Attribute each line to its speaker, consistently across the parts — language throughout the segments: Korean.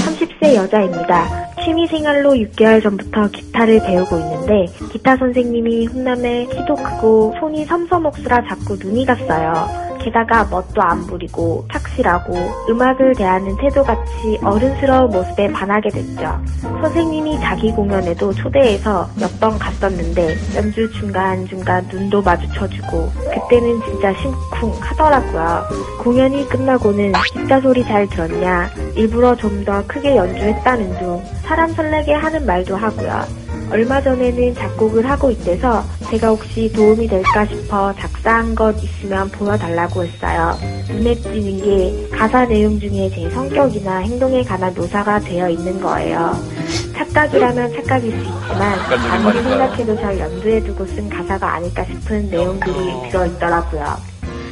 Speaker 1: 18세 여자입니다. 취미생활로 6개월 전부터 기타를 배우고 있는데 기타 선생님이 훈남에 키도 크고 손이 섬섬옥수라 자꾸 눈이 갔어요. 게다가 멋도 안 부리고 착실하고 음악을 대하는 태도같이 어른스러운 모습에 반하게 됐죠. 선생님이 자기 공연에도 초대해서 몇 번 갔었는데 연주 중간중간 눈도 마주쳐주고 그때는 진짜 심쿵 하더라고요. 공연이 끝나고는 기타 소리 잘 들었냐 일부러 좀 더 크게 연주했다는 둥 사람 설레게 하는 말도 하고요. 얼마 전에는 작곡을 하고 있대서 제가 혹시 도움이 될까 싶어 작사한 것 있으면 보여달라고 했어요. 눈에 띄는 게 가사 내용 중에 제 성격이나 행동에 관한 묘사가 되어 있는 거예요. 착각이라면 착각일 수 있지만
Speaker 2: 객관적인
Speaker 1: 아무리
Speaker 2: 말인가요?
Speaker 1: 생각해도 잘 염두에 두고 쓴 가사가 아닐까 싶은 내용들이 들어있더라고요.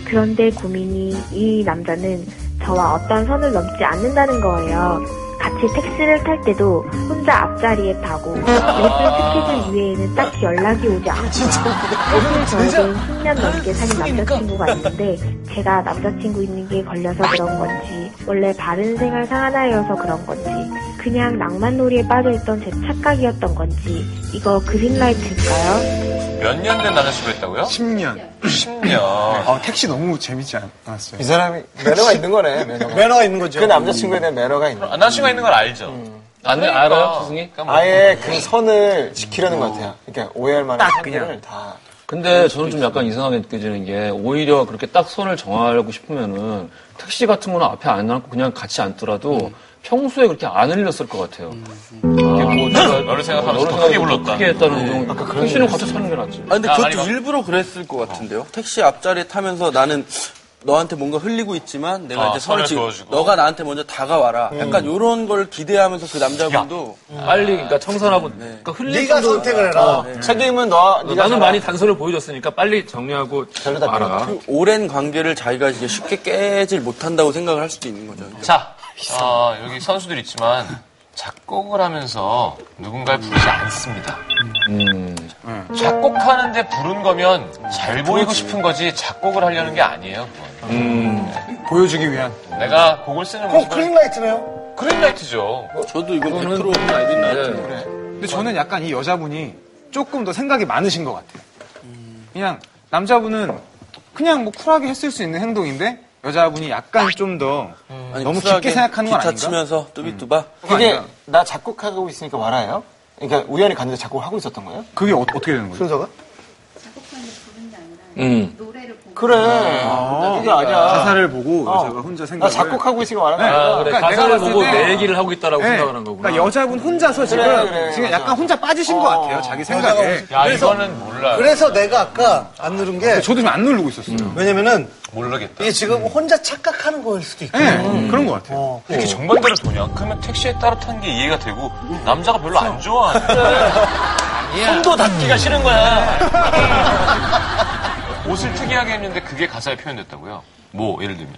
Speaker 1: 그런데 고민이 이 남자는 저와 어떤 선을 넘지 않는다는 거예요. 같이 택시를 탈 때도 혼자 앞자리에 타고 레슨 스케줄 이외에는 딱히 연락이 오지 않고 오늘 저에게 10년 넘게 사귄 남자친구가 있는데 제가 남자친구 있는 게 걸려서 그런 건지 원래 바른 생활 상하나여서 그런 건지 그냥 낭만놀이에 빠져있던 제 착각이었던 건지 이거 그 그린라이트일까요?
Speaker 2: 몇 년 된 남자친구 했다고요?
Speaker 3: 10년.
Speaker 2: 10년.
Speaker 3: 아, 택시 너무 재밌지 않- 않았어요?
Speaker 4: 이 사람이 매너가 있는 거네. 매너가.
Speaker 3: 매너가 있는 거죠.
Speaker 4: 그 남자친구에 대한 매너가 있는 거야.
Speaker 2: 남자친구가 있는 걸 알죠?
Speaker 5: 안,
Speaker 2: 그러니까.
Speaker 5: 알아요, 스승이?
Speaker 2: 그러니까 뭐
Speaker 4: 아예 그 선을 지키려는 것 같아요. 그러니까 오해할 만한 선을 다.
Speaker 5: 근데 저는 좀 약간 이상하게 느껴지는 게 오히려 그렇게 딱 선을 정하려고 싶으면은 택시 같은 거는 앞에 안 앉고 그냥 같이 앉더라도 평소에 그렇게 안 흘렸을 것 같아요.
Speaker 2: 이게 뭐 내가 너를 생각하면서 더 크게 불렀다.
Speaker 5: 크게 했다는 동 택시는 같이 타는 게 낫지.
Speaker 6: 아, 근데
Speaker 2: 아, 어.
Speaker 6: 그것도
Speaker 2: 아니,
Speaker 6: 일부러 그랬을 것 같은데요? 택시 앞자리에 타면서 나는 너한테 뭔가 흘리고 있지만 내가
Speaker 2: 아,
Speaker 6: 이제
Speaker 2: 선을
Speaker 6: 선을 지고
Speaker 2: 그어주고. 음.
Speaker 6: 너가 나한테 먼저 다가와라. 약간 이런 걸 기대하면서 그 남자분도
Speaker 5: 빨리 그러니까 청산하고 그러니까 흘릴
Speaker 7: 네가
Speaker 5: 정도-
Speaker 7: 선택을 해라.
Speaker 4: 어, 책임은
Speaker 3: 어,
Speaker 4: 너, 네가
Speaker 5: 나는
Speaker 4: 져라.
Speaker 5: 많이 단서를 보여줬으니까 빨리 정리하고
Speaker 4: 별로다,
Speaker 5: 알아.
Speaker 4: 별로다.
Speaker 6: 그 오랜 관계를 자기가 이제 쉽게 깨질 못한다고 생각을 할 수도 있는 거죠.
Speaker 3: 음.
Speaker 2: 자, 어, 여기 선수들 있지만 작곡을 하면서 누군가를 부르지 않습니다. 작곡하는데 부른 거면 잘 보이고 싶은 거지 작곡을 하려는 게 아니에요. 그건.
Speaker 3: 보여주기 위한.
Speaker 2: 내가 곡을 쓰는
Speaker 7: 꼭
Speaker 2: 모습을
Speaker 7: 그린라이트네요.
Speaker 2: 그린라이트죠.
Speaker 6: 저도 이건 100% 아이디는
Speaker 5: 네.
Speaker 3: 근데 저는 약간 이 여자분이 조금 더 생각이 많으신 것 같아요. 그냥 남자분은 그냥 뭐 쿨하게 했을 수 있는 행동인데 여자분이 약간 좀 더 너무 깊게 생각하는 건 아닌가?
Speaker 6: 기타
Speaker 3: 음.
Speaker 6: 치면서 뚜비뚜바.
Speaker 4: 음. 그게
Speaker 3: 아니야.
Speaker 4: 나 작곡하고 있으니까 와라예요? 그러니까 우연히 갔는데 작곡하고 있었던 거예요?
Speaker 3: 그게 어, 떻게 되는 거예요?
Speaker 7: 순서가?
Speaker 4: 그래. 그게 아니야.
Speaker 3: 가사를 보고
Speaker 4: 어.
Speaker 3: 여자가 혼자 아. 생각을
Speaker 4: 나 작곡하고 있으니까 와라가
Speaker 3: 네.
Speaker 4: 아니라
Speaker 5: 아, 그래.
Speaker 3: 그러니까 내가
Speaker 5: 가사를
Speaker 3: 봤을
Speaker 5: 보고
Speaker 3: 때-
Speaker 5: 내 얘기를 하고 있다라고
Speaker 3: 네.
Speaker 5: 생각하는 거구나.
Speaker 3: 그러니까 여자분 혼자서 지금
Speaker 4: 그래,
Speaker 3: 지금
Speaker 4: 맞아.
Speaker 3: 약간 혼자 빠지신 것 같아요. 자기 생각에.
Speaker 2: 야, 이거는 몰라요.
Speaker 7: 그래서 내가 아까 안 누른 게
Speaker 3: 저도 좀 안 누르고 있었어요. 음.
Speaker 7: 왜냐면은
Speaker 2: 모르겠다.
Speaker 7: 이게 지금 혼자 착각하는 거일 수도 있고.
Speaker 3: 네, 그런 것 같아요.
Speaker 7: 어.
Speaker 2: 이렇게 정반대로 도냐? 그러면 택시에 따라 탄 게 이해가 되고 남자가 별로 안 좋아하는데 손도 닿기가 싫은 거야. 옷을 특이하게 입는데 그게 가사에 표현됐다고요? 뭐 예를 들면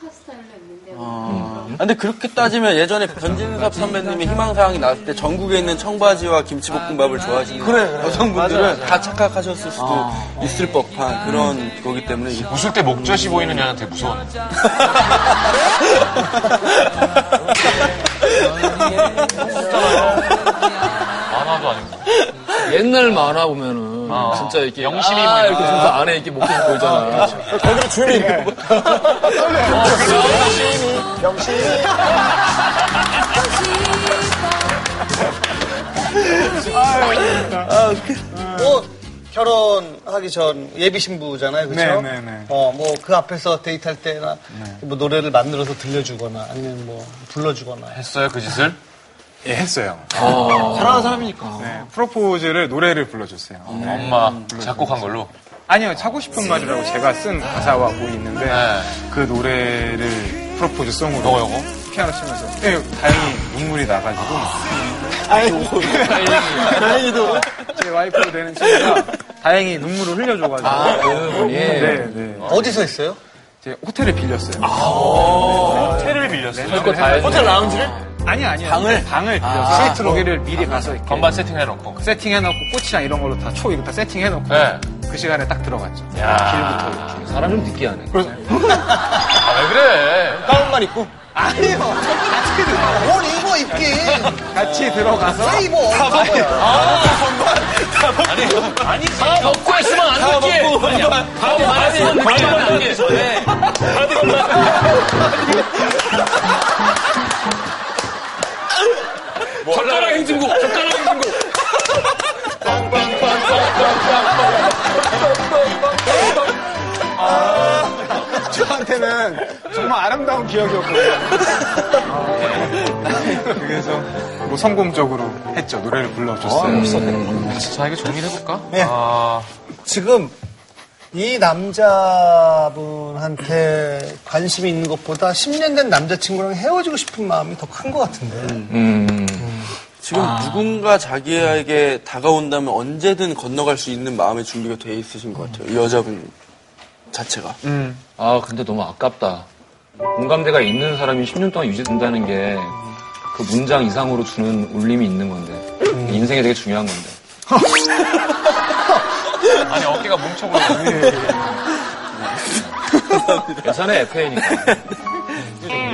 Speaker 8: 힙합 스타일로 입는데
Speaker 6: 아, 근데 그렇게 따지면 예전에 변진섭 선배님이 희망사항이 나왔을 때 전국에 있는 청바지와 김치볶음밥을 좋아하시는 여성분들은 다 착각하셨을 수도
Speaker 7: 아.
Speaker 6: 있을 법한 그런 거기 때문에 이-
Speaker 2: 웃을 때 목젖이 보이는 여자는 되게 무서워. 만화도 아니고.
Speaker 5: 옛날 만화 보면은 진짜 이렇게
Speaker 2: 영심이
Speaker 5: 아,
Speaker 2: 뭐 이런
Speaker 5: 이렇게
Speaker 2: 거.
Speaker 5: 진짜 안에 이렇게 목젖 보이잖아.
Speaker 4: 거기로 주인이 있는 거
Speaker 7: 뭐 결혼하기 전 예비 신부잖아요, 그렇죠?
Speaker 3: 네, 네, 네.
Speaker 7: 어, 뭐 그 앞에서 데이트할 때나 뭐 노래를 만들어서 들려주거나 아니면 뭐 불러주거나.
Speaker 2: 했어요 그 짓을?
Speaker 3: 예, 했어요.
Speaker 4: 사랑하는 사람이니까.
Speaker 3: 네, 프로포즈를 노래를 불러줬어요.
Speaker 2: 엄마 작곡한 걸로.
Speaker 3: 아니요, 차고 싶은 말이라고 제가 쓴 가사와 곡이 있는데
Speaker 2: 네.
Speaker 3: 그 노래를 프로포즈 송으로
Speaker 2: 요거, 요거?
Speaker 3: 피아노 치면서 네, 다행히 눈물이 나가지고
Speaker 5: 그
Speaker 4: 다행히도.
Speaker 3: 제 와이프로 되는 친구가 다행히 눈물을 흘려줘가지고
Speaker 2: 아,
Speaker 3: 네, 네.
Speaker 7: 어디서 했어요?
Speaker 3: 이제 호텔을 빌렸어요.
Speaker 2: 아, 호텔을 빌렸어요.
Speaker 3: 호텔 라운지를? 아니 아니요. 방을 방을 빌려서 거기를 미리 가서 이렇게
Speaker 2: 건반 세팅해놓고.
Speaker 3: 세팅해놓고 꽃이랑 이런 걸로 다 초 이거 다 세팅해놓고
Speaker 2: 네.
Speaker 3: 그 시간에 딱 들어갔죠. 길부터 이렇게.
Speaker 5: 사람 좀 느끼하네.
Speaker 2: 아 왜 그래?
Speaker 4: 가운만 입고.
Speaker 3: 아니요.
Speaker 7: 뭘 아, 입어 입긴.
Speaker 3: 같이 들어가서
Speaker 2: 아니, 다 먹고 있으면 안 듣기. 아니야, 다 말했으면 말만 안 돼.
Speaker 5: 네.
Speaker 2: 젓가락 행진구, 젓가락 행진구.
Speaker 3: 저한테는 정말 아름다운 기억이었거든요. 그래서 뭐 성공적으로 했죠. 노래를 불러줬어요.
Speaker 2: 자, 이거 정리를 해볼까?
Speaker 7: 지금 이 남자분한테 관심이 있는 것보다 10년 된 남자친구랑 헤어지고 싶은 마음이 더 큰 것 같은데.
Speaker 6: 지금
Speaker 7: 아.
Speaker 6: 누군가 자기에게 다가온다면 언제든 건너갈 수 있는 마음의 준비가 돼 있으신 것 같아요. 이 여자분 자체가.
Speaker 5: 아, 근데 너무 아깝다. 공감대가 있는 사람이 10년 동안 유지된다는 게 그 문장 이상으로 주는 울림이 있는 건데. 그 인생에 되게 중요한 건데.
Speaker 2: 아니, 어깨가 뭉쳐버려.
Speaker 5: 예산의 FA니까.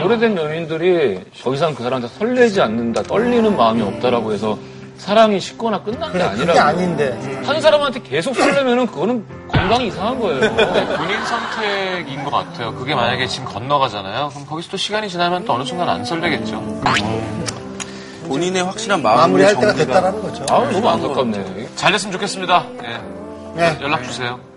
Speaker 5: 오래된 연인들이 더 이상 그 사람한테 설레지 않는다, 떨리는 마음이 없다라고 해서 사랑이 식거나 끝난 게
Speaker 7: 그게
Speaker 5: 아니라
Speaker 7: 아닌데.
Speaker 5: 한 사람한테 계속 설레면은 그거는 건강이 이상한 거예요.
Speaker 2: 본인 선택인 것 같아요. 그게 만약에 지금 건너가잖아요. 그럼 거기서 또 시간이 지나면 또 어느 순간 안 설레겠죠.
Speaker 6: 본인의 확실한 마음을
Speaker 7: 마무리할 때가
Speaker 6: 정리가
Speaker 7: 됐다라는 거죠.
Speaker 5: 아, 너무 안타깝네.
Speaker 2: 잘 됐으면 좋겠습니다. 예.
Speaker 7: 네.
Speaker 2: 연락 주세요.